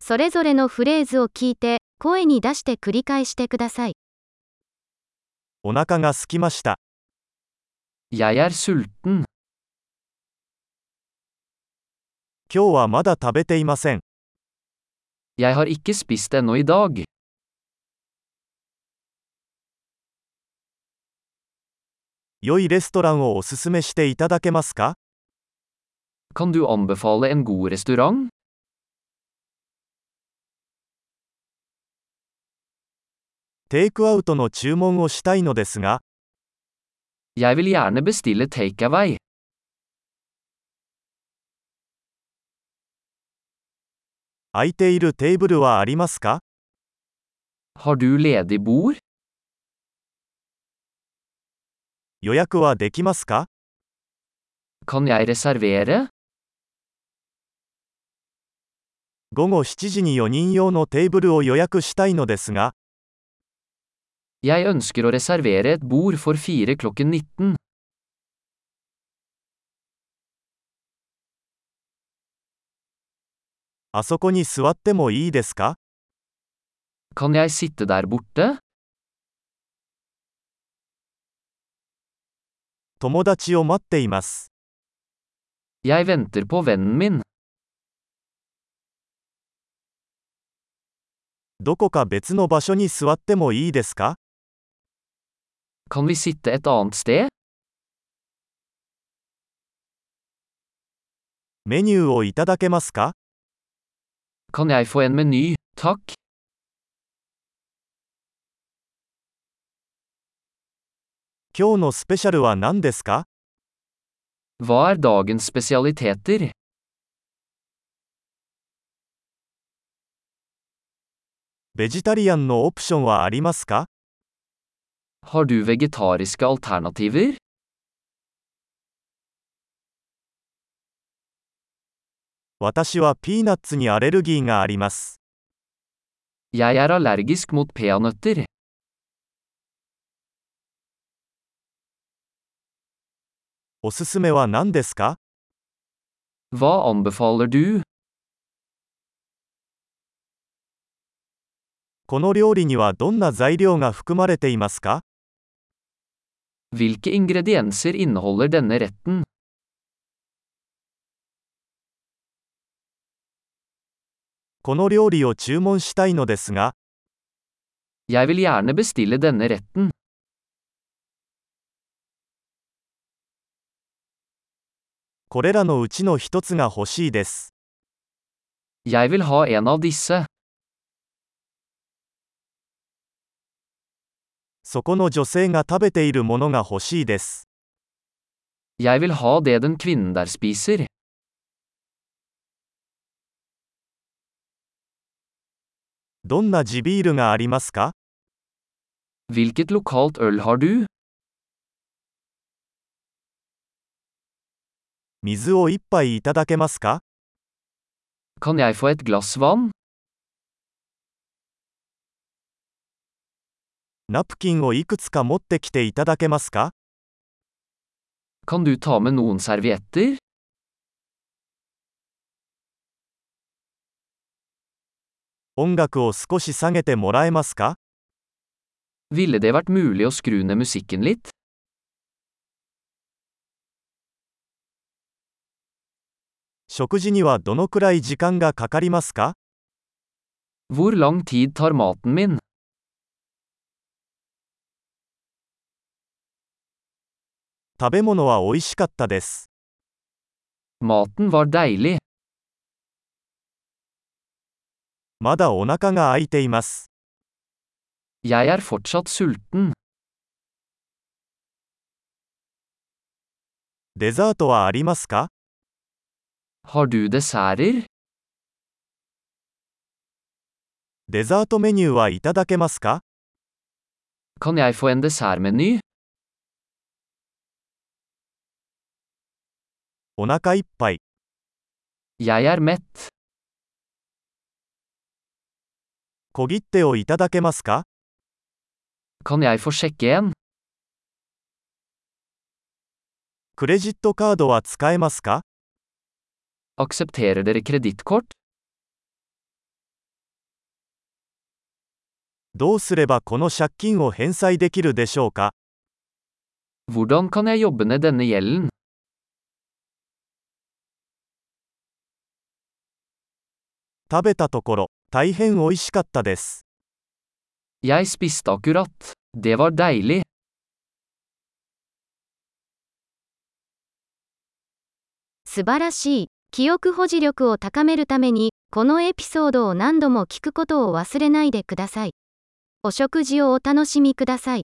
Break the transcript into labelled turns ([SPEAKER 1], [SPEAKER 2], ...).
[SPEAKER 1] それぞれのフレーズを聞いて、声に出して繰り返してください。
[SPEAKER 2] お腹が空きました。
[SPEAKER 3] Jeg er sulten.
[SPEAKER 2] 今日はまだ食べていません。
[SPEAKER 3] Jeg har ikke spist ennå i dag.
[SPEAKER 2] 良いレストランをおすすめしていただけますか
[SPEAKER 3] Kan du anbefale en god restaurant?
[SPEAKER 2] テイクアウトの注文をしたいのですが、
[SPEAKER 3] Jeg vil gjerne bestille takeaway.
[SPEAKER 2] 空いているテーブルはありますか
[SPEAKER 3] Har du ledig bord?
[SPEAKER 2] 予約はできますか
[SPEAKER 3] Kan jeg reservere?
[SPEAKER 2] 午後7時に4人用のテーブルを予約したいのですが、
[SPEAKER 3] Jeg ønsker å reservere et bord for fire klokken 19.
[SPEAKER 2] あそこに座ってもいいですか
[SPEAKER 3] Kan jeg sitte der borte?
[SPEAKER 2] 友達を待っています。
[SPEAKER 3] Jeg venter på vennen min.
[SPEAKER 2] どこか別の場所に座ってもいいですか
[SPEAKER 3] Kan vi sitte et annet sted?
[SPEAKER 2] メニューをいただけますか
[SPEAKER 3] Kan jeg få en meny? Takk.
[SPEAKER 2] 今日のスペシャルは何ですか
[SPEAKER 3] Hva er dagens spesialiteter?
[SPEAKER 2] ベジタリアンのオプションはありますか
[SPEAKER 3] Har du vegetariske alternativer?
[SPEAKER 2] 私はピーナッツにアレルギーがあります。
[SPEAKER 3] Jeg er allergisk mot peanøtter.
[SPEAKER 2] おすすめは何ですか
[SPEAKER 3] Hva anbefaler du?
[SPEAKER 2] この料理にはどんな材料が含まれていますか
[SPEAKER 3] Hvilke ingredienser inneholder denne retten?
[SPEAKER 2] この料理を注文したいのですが、
[SPEAKER 3] Jeg vil gjerne bestille denne retten.
[SPEAKER 2] これらのうちの一つが欲しいです。
[SPEAKER 3] Jeg vil ha en av disse.
[SPEAKER 2] そこの女性が食べているものが欲しいです。
[SPEAKER 3] Jeg vil ha det den kvinnen der spiser.
[SPEAKER 2] どんな地ビールがありますか
[SPEAKER 3] Hvilket lokalt øl har du?
[SPEAKER 2] 水を一杯いただけますか
[SPEAKER 3] Kan jeg få et glass vann?
[SPEAKER 2] ナプキンをいくつか持ってきていただけますか
[SPEAKER 3] Kan du ta med noen servietter?
[SPEAKER 2] 音楽を少し下げてもらえますか
[SPEAKER 3] Ville det vært mulig å skru ned musikken litt?
[SPEAKER 2] 食事にはどのくらい時間がかかりますか
[SPEAKER 3] Hvor lang tid tar maten min?
[SPEAKER 2] 食べ物は美味しかったです。
[SPEAKER 3] Maten var deilig.
[SPEAKER 2] まだお腹が空いています。
[SPEAKER 3] Jeg er fortsatt sulten.
[SPEAKER 2] デザートはありますか
[SPEAKER 3] Har du desserter?
[SPEAKER 2] デザートメニューはいただけますか
[SPEAKER 3] Kan jeg få en dessertmeny?
[SPEAKER 2] お腹いっぱい。
[SPEAKER 3] Jeg er mett.
[SPEAKER 2] 小切手をいただけますか
[SPEAKER 3] Kan jeg få sjekke en?
[SPEAKER 2] クレジットカードは使えますか
[SPEAKER 3] Aksepterer dere kredittkort?
[SPEAKER 2] どうすればこの借金を返済できるでしょうか
[SPEAKER 3] Hvordan kan jeg jobbe ned denne gjelden?
[SPEAKER 2] 食べたところ、大変美味しかったです。
[SPEAKER 3] Jeg spiste akkurat. Det var deilig.
[SPEAKER 1] 素晴らしい。記憶保持力を高めるために、このエピソードを何度も聞くことを忘れないでください。お食事をお楽しみください。